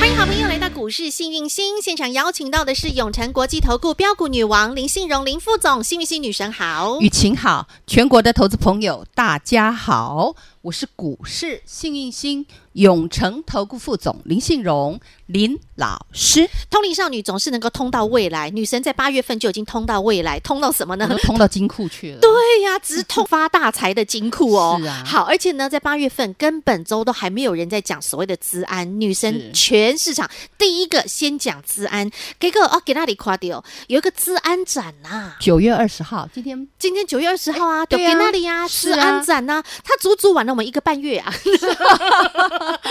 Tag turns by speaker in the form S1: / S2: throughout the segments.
S1: 欢迎好朋友来到股市幸运星现场，邀请到的是永诚国际投顾标股女王林信荣林副总，幸运星女神好。
S2: 雨晴好，全国的投资朋友大家好，我是股市幸运星永诚投顾副总林信荣林老 师，
S1: 通灵少女总是能够通到未来，女神在八月份就已经通到未来，通到什么
S2: 我
S1: 呢？
S2: 都通到金库去了。
S1: 对呀、直通发大财的金库哦。
S2: 是啊
S1: 好，而且呢，在八月份跟本周都还没有人在讲所谓的资安，女神
S2: 是
S1: 全市场第一个先讲资安，给个哦，给那里夸掉，有一个资安展啊呐、
S2: 九月二十号，今天
S1: 今天九月二十号啊，就
S2: 对
S1: 给
S2: 啊
S1: 那里啊，
S2: 是
S1: 治
S2: 啊
S1: 安展呐，他足足晚了我们一个半月 啊，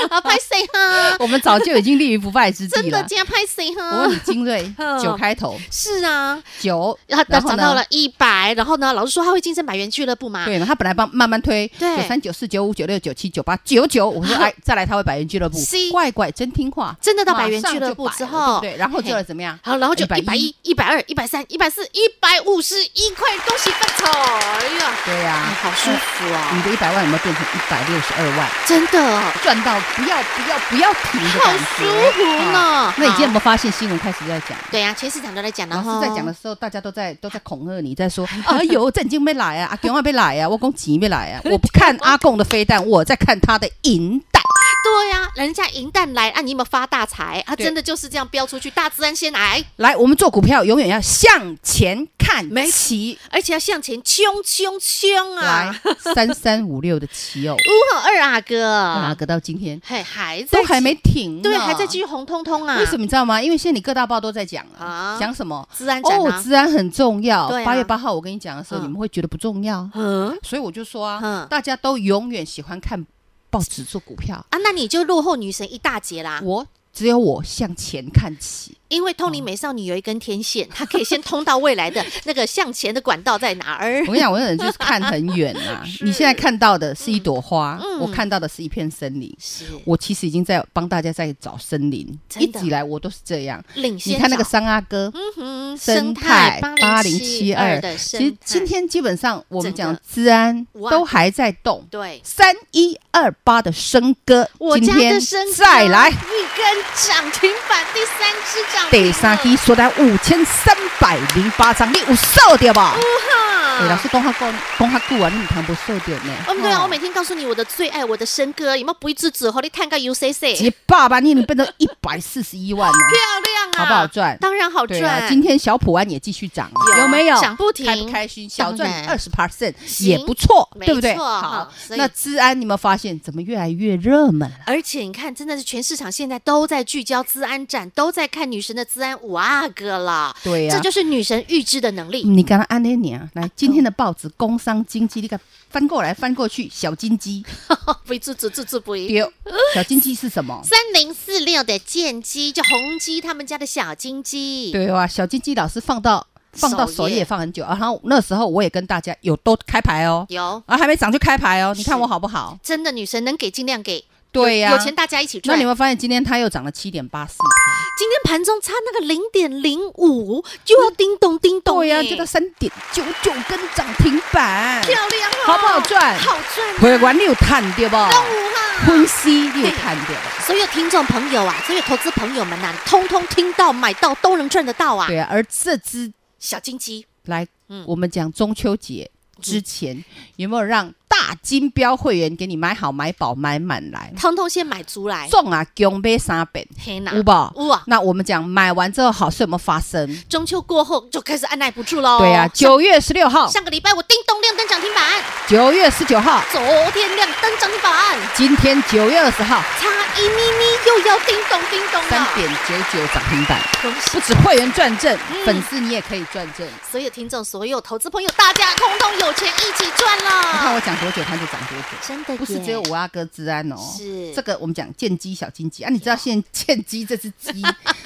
S1: 啊，拍谁哈？
S2: 我们早就已经立于不败 之
S1: 真
S2: 地
S1: 的嗯
S2: 了。
S1: 这样拍谁
S2: 我问
S1: 哈
S2: 哦你？精锐九开 头
S1: 是啊，
S2: 九，
S1: 然后
S2: 然后
S1: 涨
S2: 呢
S1: 到了一百，然后呢，老师说他会晋升百元俱乐部嘛？
S2: 对嘛？他本来帮慢慢推
S1: 对啊
S2: 九三九四九五九六九七九八九九，我说哎，再来他会百元俱乐部
S1: 是，
S2: 怪怪真听话，
S1: 真的到百元
S2: 马上
S1: 俱乐
S2: 就
S1: 部
S2: 百了
S1: 之后
S2: 对不对，然后就
S1: 嘿
S2: 怎么样？
S1: 好，然后就一百
S2: 110
S1: 一、一百二、一百三、一百四、一百五十一块，恭喜发财！哎呀，
S2: 对呀，
S1: 哎好舒服啊，
S2: 你的一百万有没有变成一百六十二万？
S1: 真的哦，
S2: 赚到不要不要不要停的
S1: 好
S2: 感觉，
S1: 舒服呢
S2: 啊。那你今
S1: 好
S2: 天有没有发现新闻开始在讲？
S1: 对呀，全市场都在讲了
S2: 老
S1: 哈，
S2: 师在讲的时候，大家都在都在恐吓你，在说：“哎呦，震惊没来啊，阿公没来啊，我公急没来啊！我不看阿贡的飞弹，我在看他的银弹。
S1: 对呀、人家银弹来，啊，你有没有发大财？啊，
S2: 对
S1: 真的就是这样标出去，大自然先来，”
S2: 来，我们做股票永远要向前看，
S1: 没
S2: 旗
S1: 而且要向前冲冲冲
S2: 来
S1: 啊！
S2: 三三五六的旗哦，
S1: 五好二啊
S2: 哪
S1: 哥，
S2: 个到今天
S1: 嘿，还在
S2: 都还没停呢，
S1: 对，还在继续红彤彤啊？
S2: 为什么你知道吗？因为现在你各大报都在讲
S1: 啊
S2: 啊，讲什么？
S1: 治安展
S2: 哦，
S1: 啊？
S2: 治安很重要
S1: 对。啊
S2: 八月八号我跟你讲的时候，
S1: 嗯
S2: 你们会觉得不重要，
S1: 嗯
S2: 所以我就说
S1: 嗯
S2: 啊，大家都永远喜欢看报纸做股票，
S1: 啊，那你就落后女神一大截啦，
S2: 我只有我向前看齐。
S1: 因为通灵美少女有一根天 线，她可以先通到未来的那个向前的管道在哪儿
S2: 我？跟你讲，我有人就是看很远啊
S1: 是。
S2: 你现在看到的是一朵花
S1: 嗯，
S2: 我看到的是一片森林。
S1: 是
S2: 我其实已经在帮大家在找森林，
S1: 真
S2: 一
S1: 的
S2: 直以来我都是这样。
S1: 领
S2: 你
S1: 先
S2: 看那个
S1: 找
S2: 桑阿哥，
S1: 嗯哼
S2: 生态八零七
S1: 8072
S2: 二
S1: 的，生
S2: 其实今
S1: 态
S2: 天基本上我
S1: 整
S2: 们
S1: 个
S2: 讲治安
S1: 五二
S2: 都还在动。
S1: 对。
S2: 三一二八的生哥，
S1: 我
S2: 今
S1: 家
S2: 天
S1: 的生哥
S2: 再来
S1: 一根涨停板，第三只涨停
S2: 第三期说在五千三百零八张，你有瘦掉吧？
S1: 哇
S2: 哎，老师讲他讲讲他久啊，你唔通不瘦掉呢？
S1: 哦，对啊，
S2: 哦
S1: 我每天告诉你我的最爱，我的生哥，有没有不一只子和你探个 UCC？
S2: 一爸爸，你能变成一百四十一万呢，
S1: 漂亮啊，
S2: 好不好赚？
S1: 当然好
S2: 对啊，
S1: 赚。
S2: 今天小普安也继续涨啊，
S1: 有
S2: 有没有？
S1: 涨不停
S2: 开不开心？小
S1: 当
S2: 赚
S1: 然
S2: 二十 percent
S1: 行
S2: 也不错，
S1: 没
S2: 对不对？
S1: 错
S2: 好
S1: 好，所以
S2: 那治安你有没有发现怎么越来越热门了？
S1: 而且你看，真的是全市场现在都在聚焦资安展，都在看女神的资安五阿哥了。
S2: 对呀
S1: 这，就是女神预知的能力。
S2: 你刚刚按那你啊，来今天的报纸《工商经济》，你看翻过来翻过去，小金鸡
S1: 不一只子，只只不一。
S2: 丢，小金鸡是什么？
S1: 三零四六的剑姬，就宏基他们家的小金鸡。
S2: 对啊，小金鸡老师放到放到
S1: 首
S2: 首
S1: 页
S2: 页放很久啊，然后那时候我也跟大家有都开牌哦，
S1: 有
S2: 啊还没涨就开牌哦，你看
S1: 是
S2: 我好不好？
S1: 真的女神能给尽量给。
S2: 对呀、
S1: 有有钱大家一起
S2: 那
S1: 赚。
S2: 你会发现今天它又涨了七点八四趴，
S1: 今天盘中差那个零点零五，就要叮咚叮咚、
S2: 对呀、
S1: 呀、
S2: 就到三点九九根涨停板，
S1: 漂亮、哦，
S2: 好不好赚
S1: 好赚、啊，
S2: 会员你有探对不？
S1: 动物哈、
S2: 分析你有探对吧？
S1: 所有听众朋友啊，所有投资朋友们呐、你通通听到、买到都能赚得到啊！
S2: 对啊，而这只
S1: 小金鸡
S2: 来，
S1: 嗯
S2: 我们讲中秋节之前有没有让大金标会员给你买好、买饱、买满来？
S1: 通通先买足来，
S2: 中啊，强买三本，
S1: 黑呐，
S2: 有吧
S1: 有啊！
S2: 那我们讲买完之后好事有没有发生？
S1: 中秋过后就开始按耐不住喽。
S2: 对呀、啊九月十六号
S1: 上，上个礼拜我叮咚亮灯涨停板，
S2: 九月十九号，
S1: 昨天亮灯涨停板，
S2: 今天九月二十号，
S1: 差一咪咪又要叮咚叮咚
S2: 三
S1: 了，
S2: 点九九涨停板，
S1: 恭喜
S2: 不止会员赚正
S1: 嗯，
S2: 粉丝你也可以赚正。
S1: 所有听众、所有投资朋友，大家通通有钱一起赚
S2: 你看
S1: 了。
S2: 我讲多久它就涨多久，
S1: 真的
S2: 不是
S1: 耶
S2: 只有五阿哥治安哦。
S1: 是
S2: 这个我们讲剑鸡小金鸡啊，你知道现剑鸡这只 鸡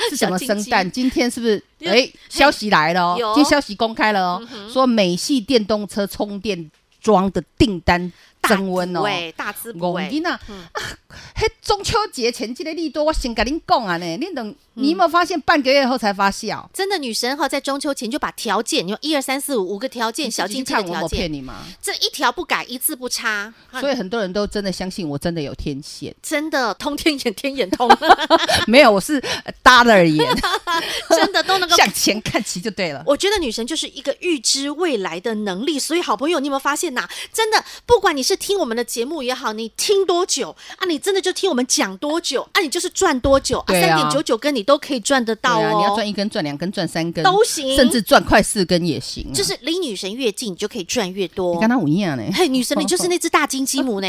S2: 是什么
S1: 小金
S2: 生
S1: 鸡
S2: 蛋？今天是不是？
S1: 有
S2: 哎，消息来了哦，
S1: 有嗯
S2: 今天消息公开了哦，说美系电动车充电桩的订单增温哦。
S1: 喂，大滋补嗯
S2: 戆
S1: 喂，
S2: 囡仔啊，迄中秋节前这个利多，我先跟您讲啊呢，你
S1: 嗯
S2: 等你有没有发现半个月后才发酵？
S1: 真的女神哈，在中秋前就把条件，有一二三四五五个条件，小
S2: 你
S1: 金
S2: 自
S1: 鸡
S2: 己去
S1: 的
S2: 看
S1: 条
S2: 我有骗
S1: 件，嗯
S2: 你吗？
S1: 这一条不改，一字不差，哈
S2: 所以很多人都真的相信我真的有天线，
S1: 真的通天眼，天眼 通，
S2: 没有，我是呃耷拉而言，
S1: 真的都能够
S2: 向前看齐就对 了。
S1: 我觉得女神就是一个预知未来的能力，所以好朋友，你有没有发现呐、真的，不管你是听我们的节目也好，你听多久啊，你真的就听我们讲多久啊，你就是赚多久啊，
S2: 对
S1: 三
S2: 啊
S1: 点九九根你都可以赚得到
S2: 对啊，你要
S1: 哦。
S2: 赚一嗯根、赚两根、赚三根
S1: 都行
S2: 甚至赚快四根也行啊、
S1: 就是离女神越近，你就可以赚越多
S2: 你。跟他一样呢。
S1: 嘿，女神，你就是那只大金鸡 母呢，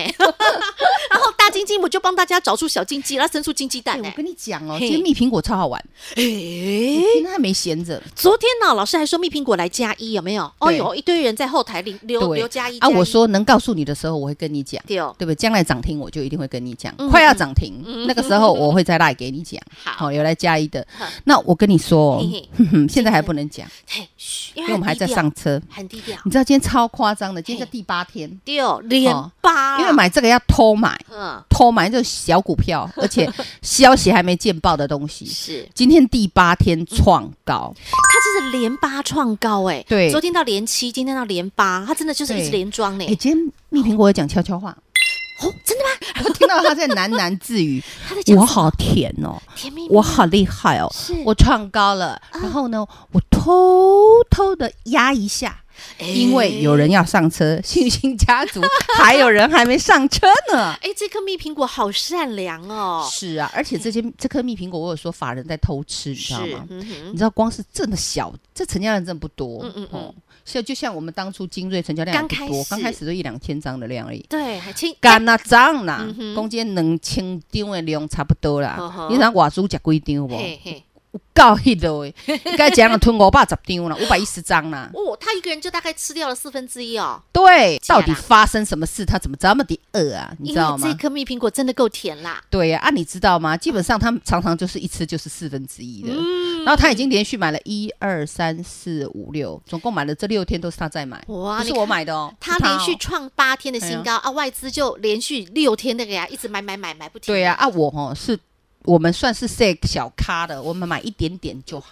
S1: 然后大金鸡母就帮大家找出小金鸡，然后生出金鸡蛋
S2: 对
S1: 呢
S2: 我。跟你讲哦，
S1: 嘿
S2: 今天蜜苹果超好玩，
S1: 诶，
S2: 今天还没闲着。
S1: 昨天呢，老师还说蜜苹果来加一，有没有？哦
S2: 对
S1: 有一堆人在后台留留
S2: 对
S1: 留加一
S2: 啊，
S1: 加一
S2: 我说能告诉你的时候，我会跟你讲。
S1: 对哦，
S2: 对不对？将来涨停我就一定会跟你讲，快要涨停、那个时候我会再赖给你讲。
S1: 嗯 好
S2: 有来加一的
S1: 好，
S2: 那我跟你说、哦
S1: 嘿嘿，
S2: 哼哼现在还不能讲，
S1: 嘿，嘘，因
S2: 因
S1: 为
S2: 为我们还在
S1: 很低调
S2: 上车。
S1: 很低调。哦
S2: 你知道今天超夸张的，今天
S1: 嘿啊
S2: 叫第八天，
S1: 六连八，
S2: 因为，买这个要偷买，
S1: 嗯，
S2: 偷买这种小股 票，而且消息还没见报的东西。
S1: 是，
S2: 今天第八天创高，
S1: 它真是连八创高哎，
S2: 对
S1: 昨天到连七，今天到连八，它真的就是一直
S2: 对
S1: 连庄呢
S2: 哎、。今天蜜苹果也讲悄 悄话，
S1: 哦，真的吗？
S2: 我听到他在喃喃自语
S1: 他 在讲：“
S2: 我好甜哦，
S1: 甜蜜蜜，
S2: 我好厉害哦，
S1: 是啊
S2: 我创高了。然后呢，我偷偷的压一下，
S1: 哎
S2: 因为有人要 上车，信心家族还有人还没上车呢。
S1: 哎，这颗蜜苹果好善良哦，
S2: 是啊，而且这些这颗蜜苹果，我有说法人在偷吃，你知道吗？
S1: 嗯哼，
S2: 你知道光是这么小，这成交量真的不多。
S1: 嗯嗯嗯
S2: 哦，像就像我们当初精锐成交量也
S1: 刚
S2: 不
S1: 开
S2: 多，
S1: 始
S2: 刚开始都一两千张的量而已。
S1: 对，还亲，
S2: 干啊涨啦
S1: 嗯，哼
S2: 讲这两千张的量差不多
S1: 呵
S2: 啦
S1: 呵。
S2: 你知道外资食几张无？
S1: 嘿嘿，
S2: 够迄落的，应该讲了吞五百十张啦，五百一十张啦。
S1: 哦，他一个人就大概吃掉了四分之一哦，
S2: 对，
S1: 假啦
S2: 到底发生什么事？他怎么这么的饿啊？你
S1: 因
S2: 知道
S1: 为这
S2: 吗？
S1: 颗蜜苹果真的够甜啦，
S2: 对呀、啊，你知道吗？基本上他们常常就是一吃就是四分之一的，
S1: 嗯
S2: 然后他已经连续买了一二三四五六，总共买了这六天都是他在买，
S1: 哇啊
S2: 不是
S1: 你看
S2: 我买的哦，
S1: 他
S2: 是哦
S1: 连续创八天的新
S2: 哎
S1: 高啊，外资就连续六天的给他一直买买买买不停，
S2: 对呀、啊，啊我哦是我们算是 say 小咖的，我们买一点点就好，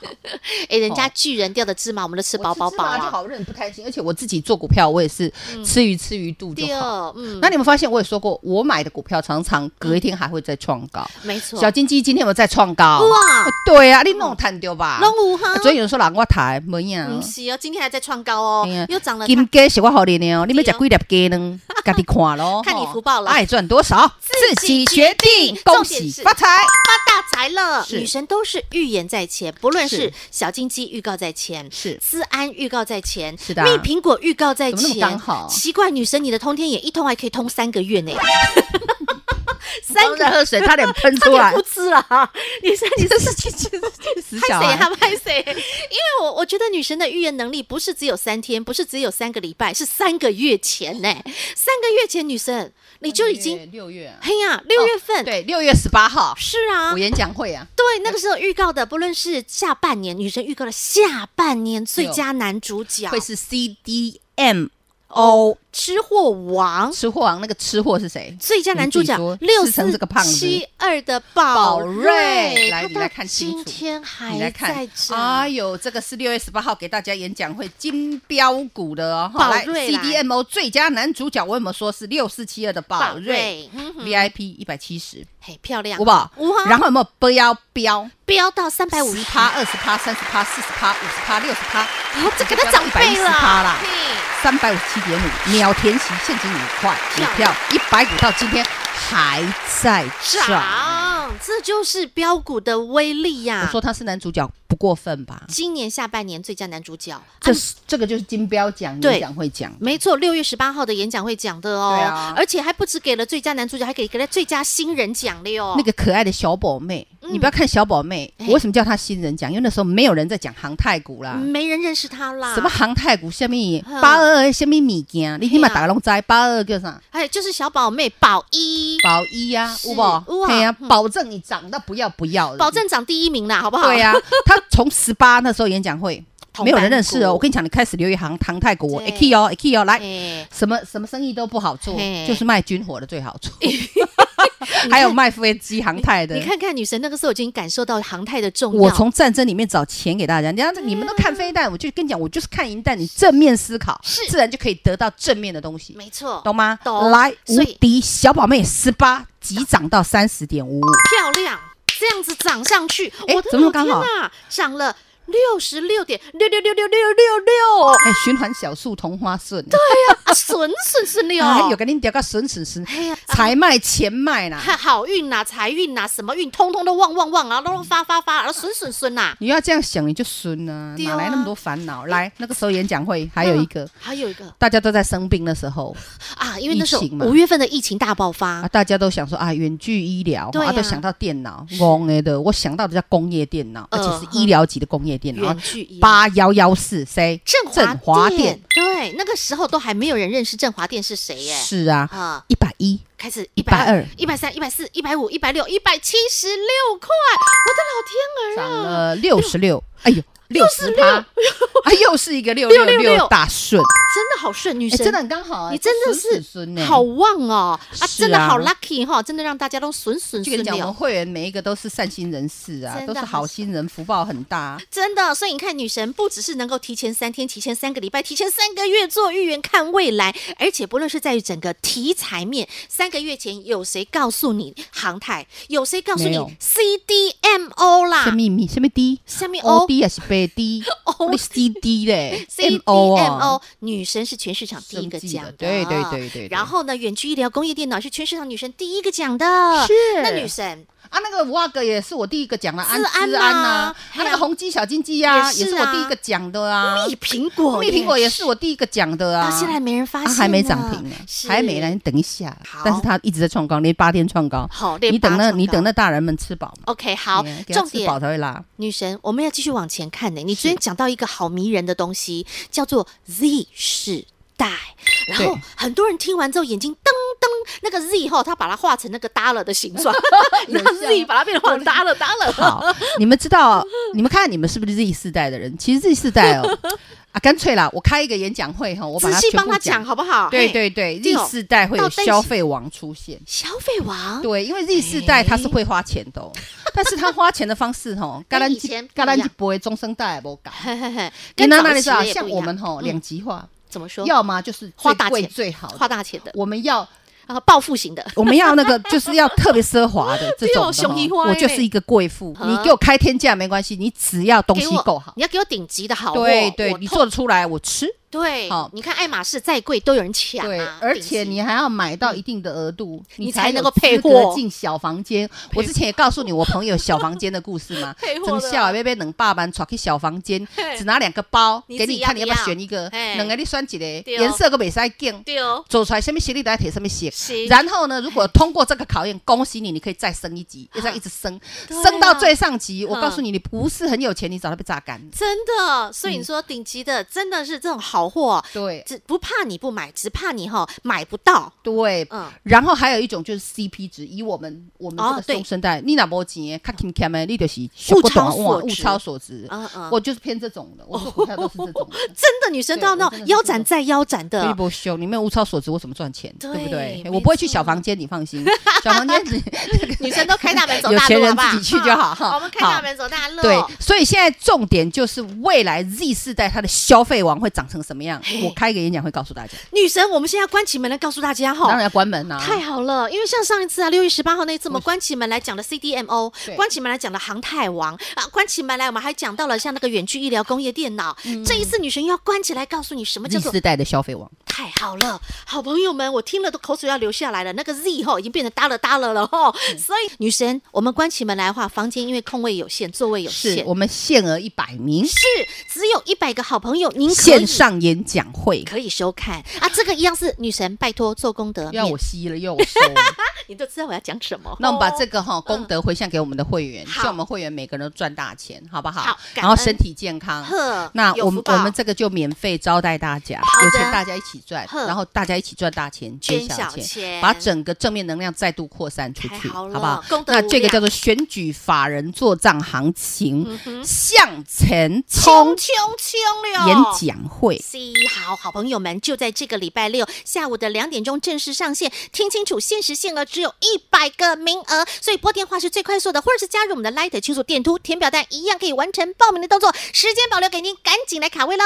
S1: 哎，人家巨人掉的芝麻，我们都吃饱饱
S2: 哦我吃芝
S1: 饱
S2: 麻就
S1: 啊。嗯
S2: 好，认不贪心，而且我自己做股票，我也是吃鱼吃鱼肚就
S1: 第
S2: 好。
S1: 二，嗯，
S2: 那你们发现我也说过，我买的股票常常隔一天还会再创高。
S1: 没嗯错，
S2: 小金鸡今天有没有再创高？
S1: 哇嗯
S2: 呃，对啊，你弄探丢吧。啊
S1: 龙五哈，
S2: 所以有人说人我台没呀，
S1: 不是哦，今天还在创高哦，又涨了，
S2: 啊哎金鸡是我好你呢，你们
S1: 对哦
S2: 吃几粒鸡呢？自己看 咯，
S1: 看你
S2: 吼
S1: 福报了
S2: 爱赚多少
S1: 自
S2: 自
S1: 己
S2: 己
S1: 决
S2: 决
S1: 定
S2: 定。恭
S1: 重点
S2: 喜
S1: 是
S2: 发财！
S1: 发大财了。
S2: 是
S1: 女神都是预言在前，不论是
S2: 是
S1: 小金鸡预告在前，
S2: 是
S1: 思安预告在前，
S2: 是的啊
S1: 蜜苹果预告在
S2: 怎么那么
S1: 前，
S2: 刚好
S1: 奇怪，女神你的通天眼一通还可以通三个月呢，三
S2: 在
S1: 个。
S2: 喝水，差点喷出
S1: 差
S2: 来
S1: 点不。吃了哈，女神，你
S2: 这是去去死
S1: 拍
S2: 小
S1: 谁
S2: 孩
S1: 啊？ 拍谁？因为我我觉得女神的预言能力不是只有三天，不是只有三个礼拜，是三个月前呢、三个月前，女神你就已经，
S2: 六月啊，
S1: 嘿呀，六月份、
S2: 对，六月十八号
S1: 是啊
S2: 我，演讲会啊，
S1: 对，那个时候预告的，不论是下半年，女神预告了下半年最佳男主角哦
S2: 会是哦 CDMO
S1: 吃货王，
S2: 吃货王，那个吃货是谁？
S1: 最佳男主角
S2: 你自己说
S1: 六
S2: 吃成
S1: 四
S2: 这个胖子
S1: 七二的宝
S2: 宝瑞
S1: 瑞，
S2: 来
S1: 他
S2: 你
S1: 到
S2: 来看清
S1: 今
S2: 楚
S1: 天
S2: 你
S1: 还
S2: 来看
S1: 在，
S2: 哎
S1: 涨，
S2: 呦，这个是六月十八号给大家演讲会金标股的哦，
S1: 宝
S2: 哈来
S1: 瑞啦
S2: CDMO 最佳男主角，我有没有说是六四七二的宝瑞，
S1: 嗯哼
S2: VIP 一百七十，
S1: 嘿，漂亮，
S2: 五宝
S1: 五哈，
S2: 然后有没有不要标
S1: 飙到三百五
S2: 十
S1: 十
S2: 趴、，二十趴、三十趴、四十趴、五十趴、六十趴，
S1: 我这给它涨倍了，
S2: 趴啦。
S1: 嘿
S2: 三百五七点五，秒填息现金五块，股票一百股到今天还在
S1: 啊
S2: 涨。
S1: 涨，这就是标股的威力呀、
S2: 我说他是男主角，不过分吧？
S1: 今年下半年最佳男主角，
S2: 这
S1: 啊
S2: 是这个就是金标奖
S1: 对
S2: 演讲会讲，
S1: 没错，六月十八号的演讲会讲的哦，
S2: 对啊
S1: 而且还不止给了最佳男主角，还给给了最佳新人奖的哦哟。
S2: 那个可爱的小宝妹，你不要看小宝妹，
S1: 嗯哎
S2: 我为什么叫她新人奖？因为那时候没有人在讲航太股啦。
S1: 没人认识他啦。
S2: 什么？航太股？什么
S1: 哼
S2: 八二二？什么物件？你起码
S1: 嘿啊
S2: 大家拢知八二叫啥？
S1: 哎，就是小宝妹宝一，
S2: 保一呀，
S1: 是
S2: 有
S1: 有
S2: 无？
S1: 啊
S2: 对呀，
S1: 嗯
S2: 保证你涨到不要不要的，
S1: 保证涨第一名啦，好不好？
S2: 对呀、啊他从十八那时候演讲 会
S1: 同班股
S2: 没有人认识哦。我跟你讲，你开始留意航航太股
S1: 对
S2: a k 哦 a k 哦，来。
S1: 哎，
S2: 什么什么生意都不好做
S1: 嘿，
S2: 就是卖军火的最 好做，还有卖飞机航太的
S1: 你。看看女神那个时候已经感受到航太的重要。
S2: 我从战争里面找钱给大家，人家
S1: 嗯
S2: 你们都看飞弹，我就跟你讲，我就是看银弹，你正面思考，
S1: 是
S2: 自然就可以得到正面的东西，
S1: 没错，
S2: 懂吗？
S1: 懂
S2: 来，无
S1: 所以
S2: 敌小宝妹十八急涨到三十点五五，
S1: 漂亮，这样子涨上去，
S2: 哎
S1: 我的
S2: 怎么
S1: 老
S2: 那么
S1: 天
S2: 刚好
S1: 啊，涨了六十六点六六六六六六 六，
S2: 哎，循环小树同花顺，
S1: 啊损损损六，
S2: 哎呦，给你掉哎个啊损损损，
S1: 哦哎呀，
S2: 财卖钱卖啦。
S1: 看好运呐、财运呐、啊什么运，通通都旺旺旺啊，都发发发，然后损损损呐。
S2: 你要这样想，你就损啊，
S1: 对啊哎
S2: 哪来那么多烦恼？来，那个时候演讲会还有一个
S1: 嗯，还有一个
S2: 大家都在生病的时候
S1: 啊，因为那时候
S2: 疫情嘛
S1: 五月份的疫情大爆发，
S2: 啊，大家都想说啊，远距医疗，
S1: 对啊
S2: 都想到电脑，工诶的，我想到的叫工业电脑，而
S1: 嗯
S2: 且是医疗级的工业电脑
S1: 远，距医
S2: 八幺幺四谁？
S1: 振华
S2: 华
S1: 电，对，那个时候都还没有人认识振华电是谁耶。
S2: 是啊，
S1: 啊，
S2: 一百一，
S1: 开始一百二
S2: 120、
S1: 一百三、一百四、一百五、一百六、一百七十六块，我的老
S2: 涨
S1: 天儿啊！
S2: 了六十六，哎呦，六十趴，啊，又是一个六
S1: 六
S2: 六
S1: 六六
S2: 六大顺，
S1: 真的好顺，女
S2: 哎，
S1: 神、
S2: 真的很刚好啊，
S1: 你真的
S2: 损损
S1: 是
S2: 损呢
S1: 好旺哦啊，
S2: 是
S1: 真的好
S2: 啊
S1: lucky 哈、真的让大家都损损
S2: 就跟
S1: 损
S2: 你讲，我们
S1: 了。
S2: 会员每一个都是善心人士啊，
S1: 真的
S2: 都是好心人，福报很大啊。
S1: 真的，所以你看，女神不只是能够提前三天、提前三个礼拜、提前三个月做预言看未来，而且不论是在于整个题材面，三个月前有谁告诉你航太，有谁告诉
S2: 没
S1: 你
S2: 有
S1: CDMO
S2: 什
S1: 啦，
S2: 么米什么 D
S1: 下面
S2: O 啊
S1: O
S2: D 还是 B D
S1: 哦 O
S2: 你 C D 嘞
S1: C D
S2: O 啊
S1: M O，女神是全市场第一个
S2: 生计的
S1: 讲的，
S2: 对对对对对
S1: 然后呢，远距医疗工业电脑是全市场女神第一个讲的，
S2: 是
S1: 那女神
S2: 啊，那个五阿哥也是我第一个讲的，安
S1: 治安
S2: 治
S1: 呐
S2: 安呐，
S1: 还有
S2: 还有那个红鸡小金鸡呀，
S1: 也
S2: 也
S1: 是
S2: 是
S1: 啊
S2: 我第一个讲的啊，
S1: 蜜苹果，
S2: 蜜苹果也是我第一个讲的啊，
S1: 到现在还没人发现
S2: 啊
S1: 呢，
S2: 还没涨停呢，
S1: 是
S2: 还没呢，你等一下
S1: 好，
S2: 但是它一直在创高，连八天创高，
S1: 好，
S2: 你
S1: 连
S2: 等
S1: 八
S2: 那
S1: 创
S2: 你
S1: 高
S2: 等那大人们吃饱嘛，
S1: OK 好
S2: 哎，给他
S1: 重
S2: 吃
S1: 点
S2: 饱才会拉。
S1: 女神，我们要继续往前看呢。你昨天讲到一个好迷人的东西，叫做 Z 世代，然后
S2: 对
S1: 很多人听完之后眼睛噔噔，那个 Z 后，他把它画成那个耷了的形状，
S2: 有
S1: 那
S2: 像
S1: Z 把它变成画成耷了耷了。
S2: 好，你们知道，你们看你们是不是 Z 世代的人？其实 Z 世代哦，啊，干脆啦，我开一个演讲会 哈，我把
S1: 仔
S2: 它
S1: 细
S2: 全
S1: 帮
S2: 部
S1: 他讲。好不好？
S2: 对
S1: 嘿，
S2: 对对
S1: 对哦
S2: ，Z 世代会
S1: 到
S2: 有
S1: 底是
S2: 消费王出现。
S1: 消费王，
S2: 对，因为 Z 世代他是会花钱的、哦，但是他花钱的方式吼、 哦，
S1: 哎跟
S2: 咱
S1: 以前不一样
S2: 咱一波中生代也无搞。
S1: 嘿嘿嘿，
S2: 你
S1: 跟
S2: 那
S1: 早
S2: 那里
S1: 期
S2: 是啊，
S1: 的也不
S2: 像
S1: 一
S2: 我
S1: 样
S2: 们吼、
S1: 嗯
S2: 两极化，
S1: 怎么说？
S2: 要么就是最
S1: 花大
S2: 贵
S1: 钱
S2: 最好的
S1: 花，大钱的，
S2: 我们要
S1: 然后报复型的，
S2: 我们要那个就是要特别奢华的 这种的
S1: 熊一
S2: 哦、
S1: 花
S2: 我
S1: 欸
S2: 就是一个贵妇，
S1: 啊
S2: 你给我开天价没关系，你只要东
S1: 给
S2: 西
S1: 我
S2: 够好。
S1: 你要给我顶级的好货，
S2: 对对
S1: 我，
S2: 你
S1: 痛
S2: 做得出来，我吃。
S1: 对
S2: 好，
S1: 你看爱马仕再贵都有人抢
S2: 对
S1: 啊，，
S2: 而
S1: 顶
S2: 且
S1: 级
S2: 你还要买到一定的额度，
S1: 你才
S2: 才
S1: 能
S2: 有
S1: 够配
S2: 资格
S1: 货，
S2: 进小房间。我之前也告诉你我朋友小房间的故事嘛
S1: 配货
S2: 真
S1: 的
S2: 笑啊，被被冷爸爸抓去小房间
S1: 嘿，
S2: 只拿两个包
S1: 你
S2: 给
S1: 自己
S2: 你
S1: 要
S2: 看，你要不要
S1: 不要
S2: 选一个？
S1: 嘿
S2: 两个你选一个，
S1: 对哦
S2: 颜色个袂使拣。
S1: 对哦，
S2: 走出来，什么鞋你都要贴什么鞋
S1: 是。
S2: 然后呢，如果通过这个考验，恭喜你，你可以再升一级，要这样一直升，
S1: 啊对
S2: 升
S1: 啊
S2: 到最上级。我告诉
S1: 嗯
S2: 你，你不是很有钱，你早就被榨干了。
S1: 真的，所以你说顶级的真的是这种好货，
S2: 嗯对
S1: 只不怕你不买，只怕你哈买不到。
S2: 对，
S1: 嗯，
S2: 然后还有一种就是 CP 值，以我们我们
S1: 哦
S2: 这个
S1: 对
S2: 中生代，你哪波钱，看 Kim Kim 的，你就是
S1: 物超
S2: 小
S1: 所
S2: 寡物
S1: 值
S2: 超所值。
S1: 嗯嗯
S2: 我就是偏这种的，我 做股票都是这种的。
S1: 真的女生都要那
S2: 对
S1: 种
S2: 我
S1: 腰斩
S2: 真的是
S1: 再腰斩
S2: 所以
S1: 的，
S2: 不凶，你没有物超所值，我怎么赚钱？对不
S1: 对
S2: 对？
S1: 没
S2: 我不会去
S1: 错
S2: 小房间，你放心。小房间
S1: 女生都开大门走
S2: 有
S1: 大
S2: 钱
S1: 路，好
S2: 人
S1: 不好？
S2: 自己去就好
S1: 嗯
S2: 哈
S1: 我们开大
S2: 好
S1: 门走大路，
S2: 对，所以现在重点就是未来 Z 世代它的消费王会长成什么样
S1: 嘿？
S2: 我开一个演讲会告诉大家，
S1: 女神，我们现在关起门来告诉大家
S2: 当
S1: 哈
S2: 然。要关门啊啦。
S1: 太好了，因为像上一次啊，六月十八号那一次，我们关起门来讲的 CDMO，
S2: 对
S1: 关起门来讲的航太王啊，关起门来我们还讲
S2: 嗯
S1: 到了像那个远距医疗工业电脑。这一次女神要关起来告诉你什么叫
S2: Z
S1: 做
S2: 世代的消费王，
S1: 太好了，好朋友们，我听了都口水要流下来了。那个 Z 哈已经变成耷了耷了了哈，
S2: 嗯
S1: 所以女神，我们关起门来的话，房间因为空位有限，座位有限，
S2: 是我们限额一百名，
S1: 是只有一百个好朋友，您可以
S2: 线上演讲会，
S1: 可以收看啊，这个一样是女神，拜托做功德，
S2: 要
S1: 免
S2: 我吸了又收。
S1: 你都知道我要讲什么。
S2: 那我们把这个哈功德回向给我们的会员，
S1: 嗯好
S2: 希望我们会员每个人都赚大钱，好不好？
S1: 好感
S2: 然后
S1: 恩
S2: 身体健康。
S1: 呵
S2: 啊那
S1: 有
S2: 我
S1: 福
S2: 们
S1: 报
S2: 我们这个就免费招待大家，
S1: 好
S2: 有
S1: 的
S2: 钱大家一起赚，
S1: 呵
S2: 然后大家一起赚大钱，
S1: 捐
S2: 小
S1: 小钱
S2: 把整个正面能量再度扩散出
S1: 太
S2: 去，
S1: 好
S2: 好
S1: 了
S2: 不好
S1: 功？德
S2: 那
S1: 无
S2: 这个
S1: 量
S2: 叫做选举法人做账行
S1: 嗯
S2: 情，向前
S1: 冲
S2: 冲
S1: 冲冲了！
S2: 演讲会。
S1: C 好好朋友们，就在这个礼拜六下午的两点钟正式上线。听清楚，限时限额只有一百个名额，所以拨电话是最快速的，或者是加入我们的 Light 清楚电图填表单，一样可以完成报名的动作。时间保留给您，赶紧来卡位喽！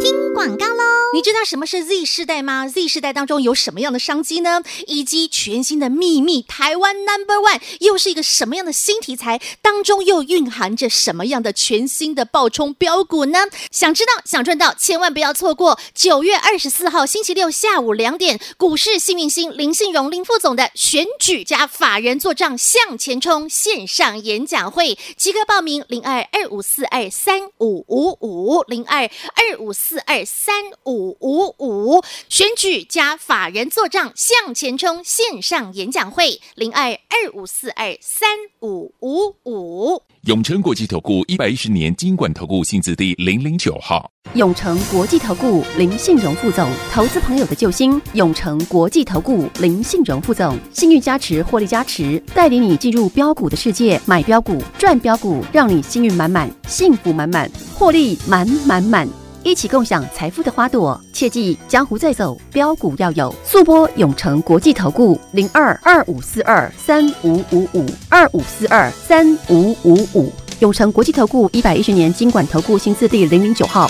S1: 听广告喽！你知道什么是 Z 世代吗？Z 世代当中有什么样的商机呢？以及全新的秘密，台湾 Number One 又是一个什么样的新题材？当中又蕴含着什么样的全新的爆冲标股呢？想知道、想赚到，千万不要错过九月二十四号星期六下午两点，股市幸运星林信荣林副总的选举加法人做账向前冲线上演讲会，即刻报名零二二五四二三五五五零二二五四二三五五五选举加法人做账向前冲线上演讲会零二二五四二三五五五。
S3: 永诚国际投顾一百一十年金管投顾性质第零零九号。
S4: 永诚国际投顾林信荣副总，投资朋友的救星。永诚国际投顾林信荣副总，信誉加持，获利加持，带领你进入标股的世界，买标股，赚标股，让你幸运满满，幸福满满，获利满满满。一起共享财富的花朵，切记江湖再走，标股要有。速播永诚国际投顾零二二五四二三五五五二五四二三五五五。永诚国际投顾一百一十年经管投顾新字第零零九号。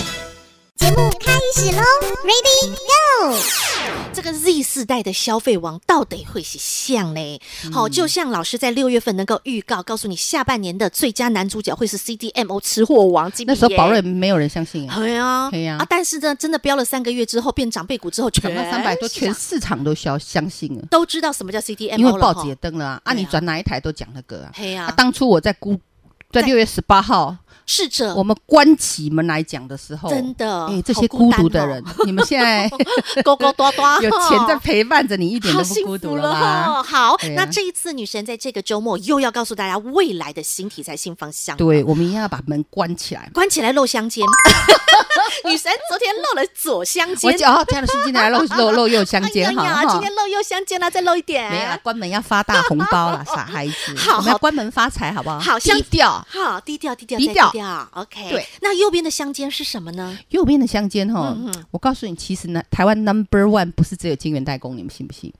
S1: 这个 Z 世代的消费王到底会是像嘞？
S2: 嗯
S1: 好、就像老师在六月份能够预告，告诉你下半年的最佳男主角会是 CDMO 吃货王金
S2: 那时候宝瑞。没有人相信啊，
S1: 哎呀，
S2: 对呀
S1: 啊！但是呢，真的标了三个月之后，变长辈股之后，全
S2: 涨到三百多，
S1: 市场
S2: 全市场都相相信了，
S1: 都知道什么叫 CDMO
S2: 因为
S1: 了
S2: 报
S1: 吼
S2: 纸也登了啊，
S1: 对
S2: 啊
S1: 啊
S2: 你转哪一台都讲那个啊。
S1: 嘿呀、
S2: 啊，当初我在估，在
S1: 在
S2: 六月十八号，
S1: 逝者
S2: 我们关起门来讲的时候，
S1: 真的
S2: 哎，这
S1: 好
S2: 些
S1: 孤
S2: 孤
S1: 单
S2: 独的
S1: 哦
S2: 人，你们现在
S1: 勾勾多多
S2: 有钱在陪伴着你，一点
S1: 好
S2: 都不
S1: 幸
S2: 孤独
S1: 福哦
S2: 了
S1: 哈！
S2: 吧？
S1: 好，
S2: 对
S1: 那
S2: 啊
S1: 这一次女神在这个周末又要告诉大家未来的新题材、新方向。
S2: 对，我们一定要把门关起来。
S1: 关起来露香肩。 女神昨天露了左香
S2: 我
S1: 肩，
S2: 讲哦，嘉乐是进来露露露右相
S1: 哎
S2: 间
S1: 呀呀
S2: 哈，
S1: 今
S2: 哈
S1: 天露右香肩啦，啊再露一点。
S2: 没有啦，啊关门要发大红包啦，傻孩子，
S1: 好
S2: 我们要
S1: 好
S2: 关门发财好不好？
S1: 好像嗯
S2: 低调。
S1: 好，低调，低调，
S2: 低
S1: 再低
S2: 调
S1: 调。OK，
S2: 对，
S1: 那右边的香肩是什么呢？
S2: 右边的相间哈
S1: 嗯嗯，
S2: 我告诉你，其实呢，台湾 number one 不是只有金源代工，你们信不信？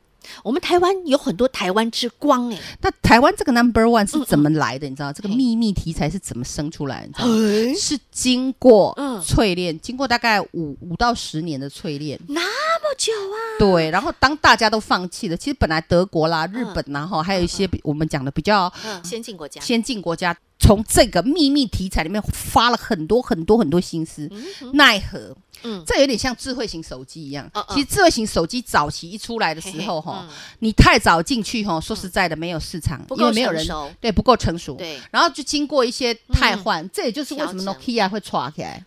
S1: 我们台湾有很多台湾之光，哎，
S2: 那台湾这个 number
S1: 嗯
S2: one 是怎么来的？你知道这个
S1: 嘿
S2: 秘密题材是怎么生出来的？你知道吗是经过
S1: 嗯
S2: 淬炼，经过大概五五到十年的淬炼，
S1: 那么久啊，
S2: 对。然后当大家都放弃了，其实本来德国啦、日本啦，哈，还有一些比我们讲的比较
S1: 嗯，先进国家，
S2: 先进国家，从这个秘密题材里面花了很多很多很多心思，奈何
S1: 嗯，
S2: 这有点像智慧型手机一样
S1: 嗯。嗯
S2: 其实智慧型手机早期一出来的时候，
S1: 嘿嘿
S2: 哈
S1: 嗯，
S2: 你太早进去，哈，说实在的，没有市场
S1: 不，够
S2: 因为没有人
S1: 成熟
S2: 对不够成熟，
S1: 对嗯
S2: 然后就经过一些汰换，这也就是为什么
S1: 调整哦
S2: Nokia 会垮起 来。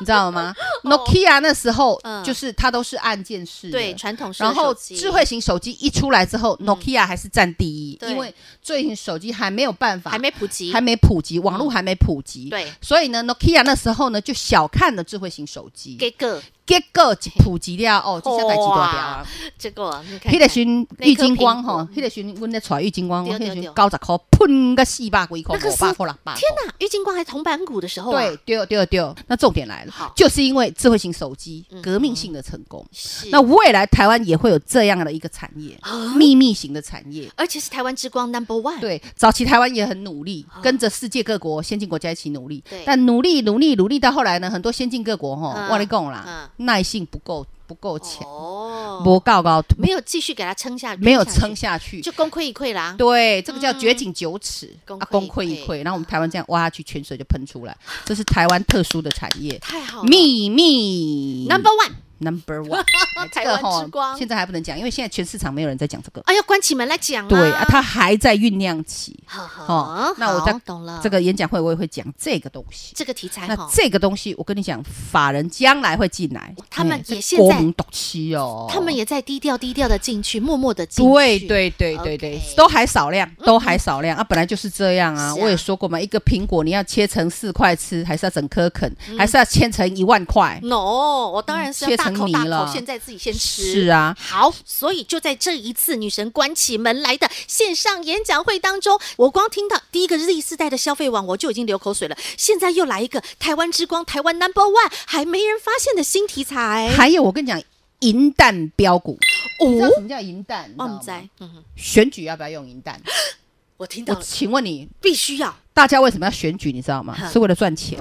S2: 你知道吗？Nokia 那时候
S1: 嗯
S2: 就是它都是按键式的，
S1: 对，传统式的
S2: 然后
S1: 手机嗯
S2: 智慧型手机一出来之后，Nokia 还是占第一，
S1: 对
S2: 因为智慧型手机还没有办法，
S1: 还没普及，嗯
S2: 还没普及，网络还没普及，
S1: 对
S2: 所以呢，Nokia 那时候呢就小看了智慧型手机，
S1: 给个
S2: 结果一普及了哦，这下代志多
S1: 哇
S2: 掉啊！
S1: 结果，你看
S2: 迄个
S1: 看
S2: 时候
S1: 那颗
S2: 郁金光
S1: 苹果
S2: 吼，迄个时候阮咧揣郁金光，
S1: 对
S2: 我迄个
S1: 对
S2: 时
S1: 对
S2: 候九十块喷个四百几
S1: 那
S2: 块，
S1: 个
S2: 五
S1: 是
S2: 百块六百块。
S1: 天哪，郁金光还铜板股的时候啊，
S2: 对，对对对，那重点来了
S1: 好，
S2: 就是因为智慧型手机
S1: 嗯
S2: 革命性的成功，
S1: 是啊
S2: 那未来台湾也会有这样的一个产业，秘密型的产业。
S1: 而且是台湾之光 Number One，
S2: 对，早期台湾也很努力
S1: 啊，
S2: 跟着世界各国先进国家一起努力
S1: 对。
S2: 但努力努力努力到后来呢，很多先进各国哈
S1: 嗯，
S2: 我跟你讲啦，耐性不够不够强，
S1: 哦，
S2: 不够高，
S1: 没有继续给它撑下，
S2: 没有
S1: 撑下去
S2: 撑下去。
S1: 就功亏一篑啦。
S2: 对，这个叫绝井九尺
S1: 嗯功
S2: 啊，
S1: 亏一
S2: 功亏一
S1: 篑
S2: 篑。然后我们台湾这样挖下去，泉水就喷出来，这是台湾特殊的产业，
S1: 太好了
S2: 秘密。
S1: 哦 ，Number One
S2: Number One，哎这
S1: 台
S2: 个
S1: 湾
S2: 吼
S1: 之光
S2: 现在还不能讲，因为现在全市场没有人在讲这个。
S1: 哎呀，关起门来讲啊。
S2: 对啊，它还在酝酿期。
S1: 好好
S2: 哦，那我
S1: 好
S2: 再
S1: 懂了。
S2: 这个演讲会我也会讲这个东西。
S1: 这个题材
S2: 那
S1: 哈，
S2: 这个东西，我跟你讲，法人将来会进来，
S1: 他们
S2: 哎这
S1: 也现
S2: 国
S1: 在
S2: 民斗气哦，
S1: 他们也在低调低调的进去，默默的进去。
S2: 对对对对对
S1: OK，
S2: 都还少量，都还少量啊，本来就是这样啊。
S1: 是啊
S2: 我也说过嘛，一个苹果你要切成四块吃，还是要整颗啃，还是要切成一万块？
S1: ，no，我当然是要
S2: 嗯切
S1: 大
S2: 成
S1: 口
S2: 泥
S1: 大口
S2: 了，
S1: 现在自己先吃。
S2: 是啊，
S1: 好，所以就在这一次女神关起门来的线上演讲会当中，我光听到第一个 Z 世代的消费网，我就已经流口水了。现在又来一个台湾之光，台湾 Number One，还没人发现的新题材。
S2: 还有我跟你讲，银弹标股，嗯你知道
S1: 哦，
S2: 什么叫银弹？你知道
S1: 旺
S2: 吗
S1: 仔，嗯哼，
S2: 选举要不要用银弹？
S1: 我听到
S2: 我
S1: 了，
S2: 请问你，
S1: 必须要
S2: 大家为什么要选举？你知道吗
S1: 哼？
S2: 是为了赚 钱。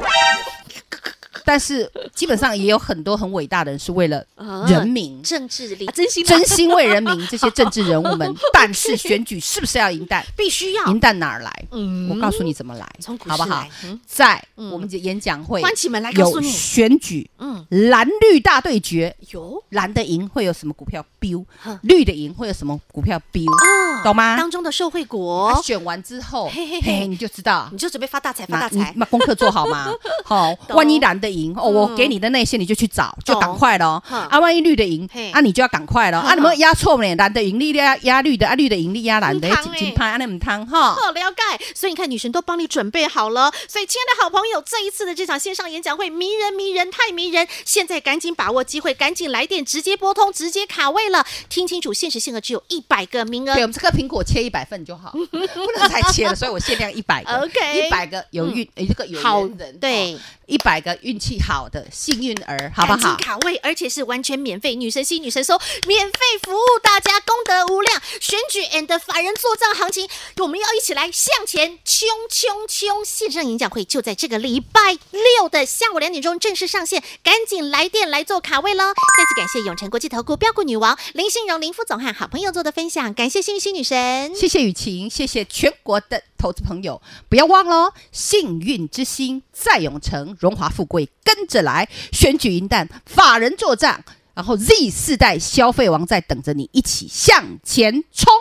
S2: 但是基本上也有很多很伟大的人是为了
S1: 嗯
S2: 人 民，
S1: 政治力，真心
S2: 啊真心为人民这些政治人物 们。但是选举是不是要赢弹？
S1: 必须要
S2: 赢弹哪儿来？
S1: 嗯
S2: 我告诉你怎么来
S1: 从，股市
S2: 好不好
S1: 来嗯？
S2: 在
S1: 嗯
S2: 我们的演讲会
S1: 关起门来告诉
S2: 有
S1: 你
S2: 选举，
S1: 嗯
S2: 蓝绿大对决，
S1: 有
S2: 蓝的赢会有什么股票飙
S1: 哼？
S2: 绿的赢会有什么股票飙？
S1: 哦
S2: 懂吗？
S1: 当中的受惠
S2: 啊
S1: 国，
S2: 选完之后，
S1: 嘿嘿
S2: 嘿
S1: 嘿
S2: 嘿，你就知道
S1: 你。就准备发大财，发
S2: 那
S1: 大财
S2: 你。把功课做好 吗？好，
S1: 懂嗯
S2: 万一蓝的赢哦，我给你的那些你就去找，就赶快咯。
S1: 哼
S2: 啊，万一绿的赢
S1: 嘿，
S2: 啊，你就要赶快咯。
S1: 哼
S2: 啊，你们压错呢，蓝的赢利压压绿的，啊，绿的赢利压蓝的
S1: 唔，通
S2: 金
S1: 欸
S2: 金牌，啊，那唔汤哈。
S1: 哦，了解。所以你看，女神都帮你准备好了。所以，亲爱的好朋友，这一次的这场线上演讲会迷人迷人，太迷人！现在赶紧把握机会，赶紧来电，直接拨通，直接卡位了。听清楚，限时限额只有一百个名额
S2: 对，。我们这个苹果切一百份就好， 不能再切了，所以我限量一百个。
S1: OK 嗯
S2: 一百个有运，诶这个有
S1: 好
S2: 缘人，哦
S1: 对，
S2: 一百个运气好的幸运儿，好不
S1: 赶紧
S2: 好？
S1: 卡位，而且是完全免费，女神吸女神收，免费服务大家，功德无量。选举 and 法人做账行情，我们要一起来向前冲冲冲！线上演讲会就在这个礼拜六的下午两点钟正式上线，赶紧来电来做卡位喽！再次感谢永诚国际投顾标股女王林信荣林副总和好朋友做的分享，感谢幸运星女神。
S2: 谢谢雨晴，谢谢全国的投资朋友，不要忘喽！幸运之星在永城，荣华富贵跟着来，选举银弹，法人作战，然后 Z 世代消费王在等着你一起向前冲。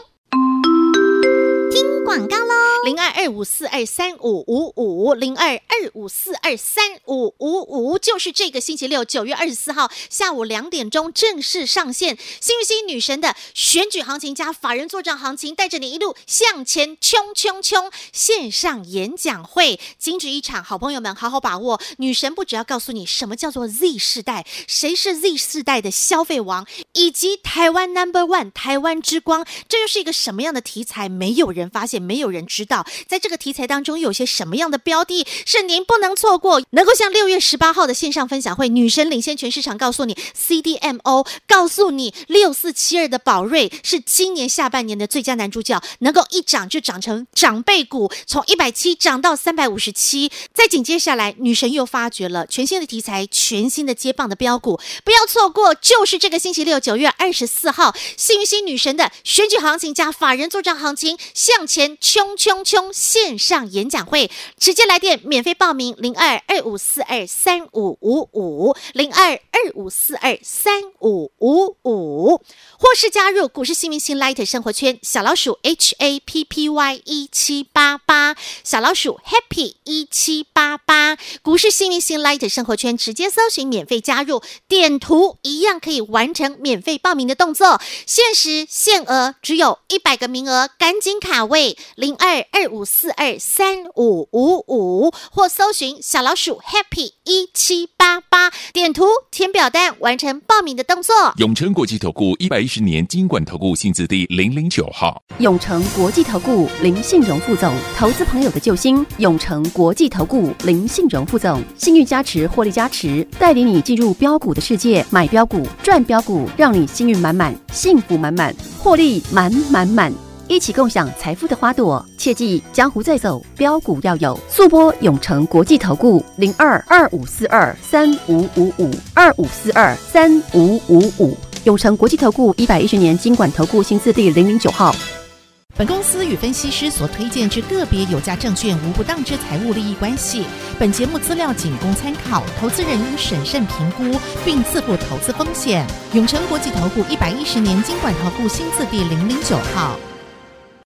S1: 广告喽，零二二五四二三五五五，零二二五四二三五五五，就是这个星期六九月二十四号下午两点钟正式上线。幸运星女神的选举行情加法人作战行情，带着你一路向前冲冲冲！线上演讲会，精致一场，好朋友们好好把握。女神不只要告诉你什么叫做 Z 世代，谁是 Z 世代的消费王，以及台湾 Number One 台湾之光，这又是一个什么样的题材？没有人发现，没有人知道，在这个题材当中有些什么样的标的是您不能错过，能够像六月十八号的线上分享会，女神领先全市场，告诉你 CDMO，告诉你六四七二的宝瑞是今年下半年的最佳男主角，能够一涨就涨成长辈股，从一百七涨到三百五十七。再紧接下来，女神又发掘了全新的题材，全新的接棒的标股，不要错过，就是这个星期六九月二十四号，幸运星女神的选举行情加法人作战行情，向前冲冲冲线上演讲会，直接来电免费报名零二二五四二三五五五零二二五四二三五五五，或是加入股市新明星 Light 生活圈小老鼠 H A P P Y 一七八八小老鼠 Happy 一七八八股市新明星 Light 生活圈直接搜寻免费加入，点图一样可以完成免费报名的动作，限时限额只有一百个名额，赶紧卡位零二二五四二三五五五，或搜寻小老鼠 Happy 一七八八，点图填表单完成报名的动作。
S3: 永诚国际投顾一百一十年金管投顾性质第零零九号。
S4: 永诚国际投顾林信荣副总，投资朋友的救星。永诚国际投顾林信荣副总，信誉加持，获利加持，带领你进入标股的世界，买标股，赚标股，让你幸运满满，幸福满满，获利满满满。一起共享财富的花朵，切记江湖再走，标股要有。速播永诚国际投顾零二二五四二三五五五二五四二三五五五。永诚国际投顾一百一十年经管投顾新字第零零九号。
S2: 本公司与分析师所推荐之个别有价证券无不当之财务利益关系。本节目资料仅供参考，投资人应审慎评估并自负投资风险。永诚国际投顾一百一十年经管投顾新字第零零九号。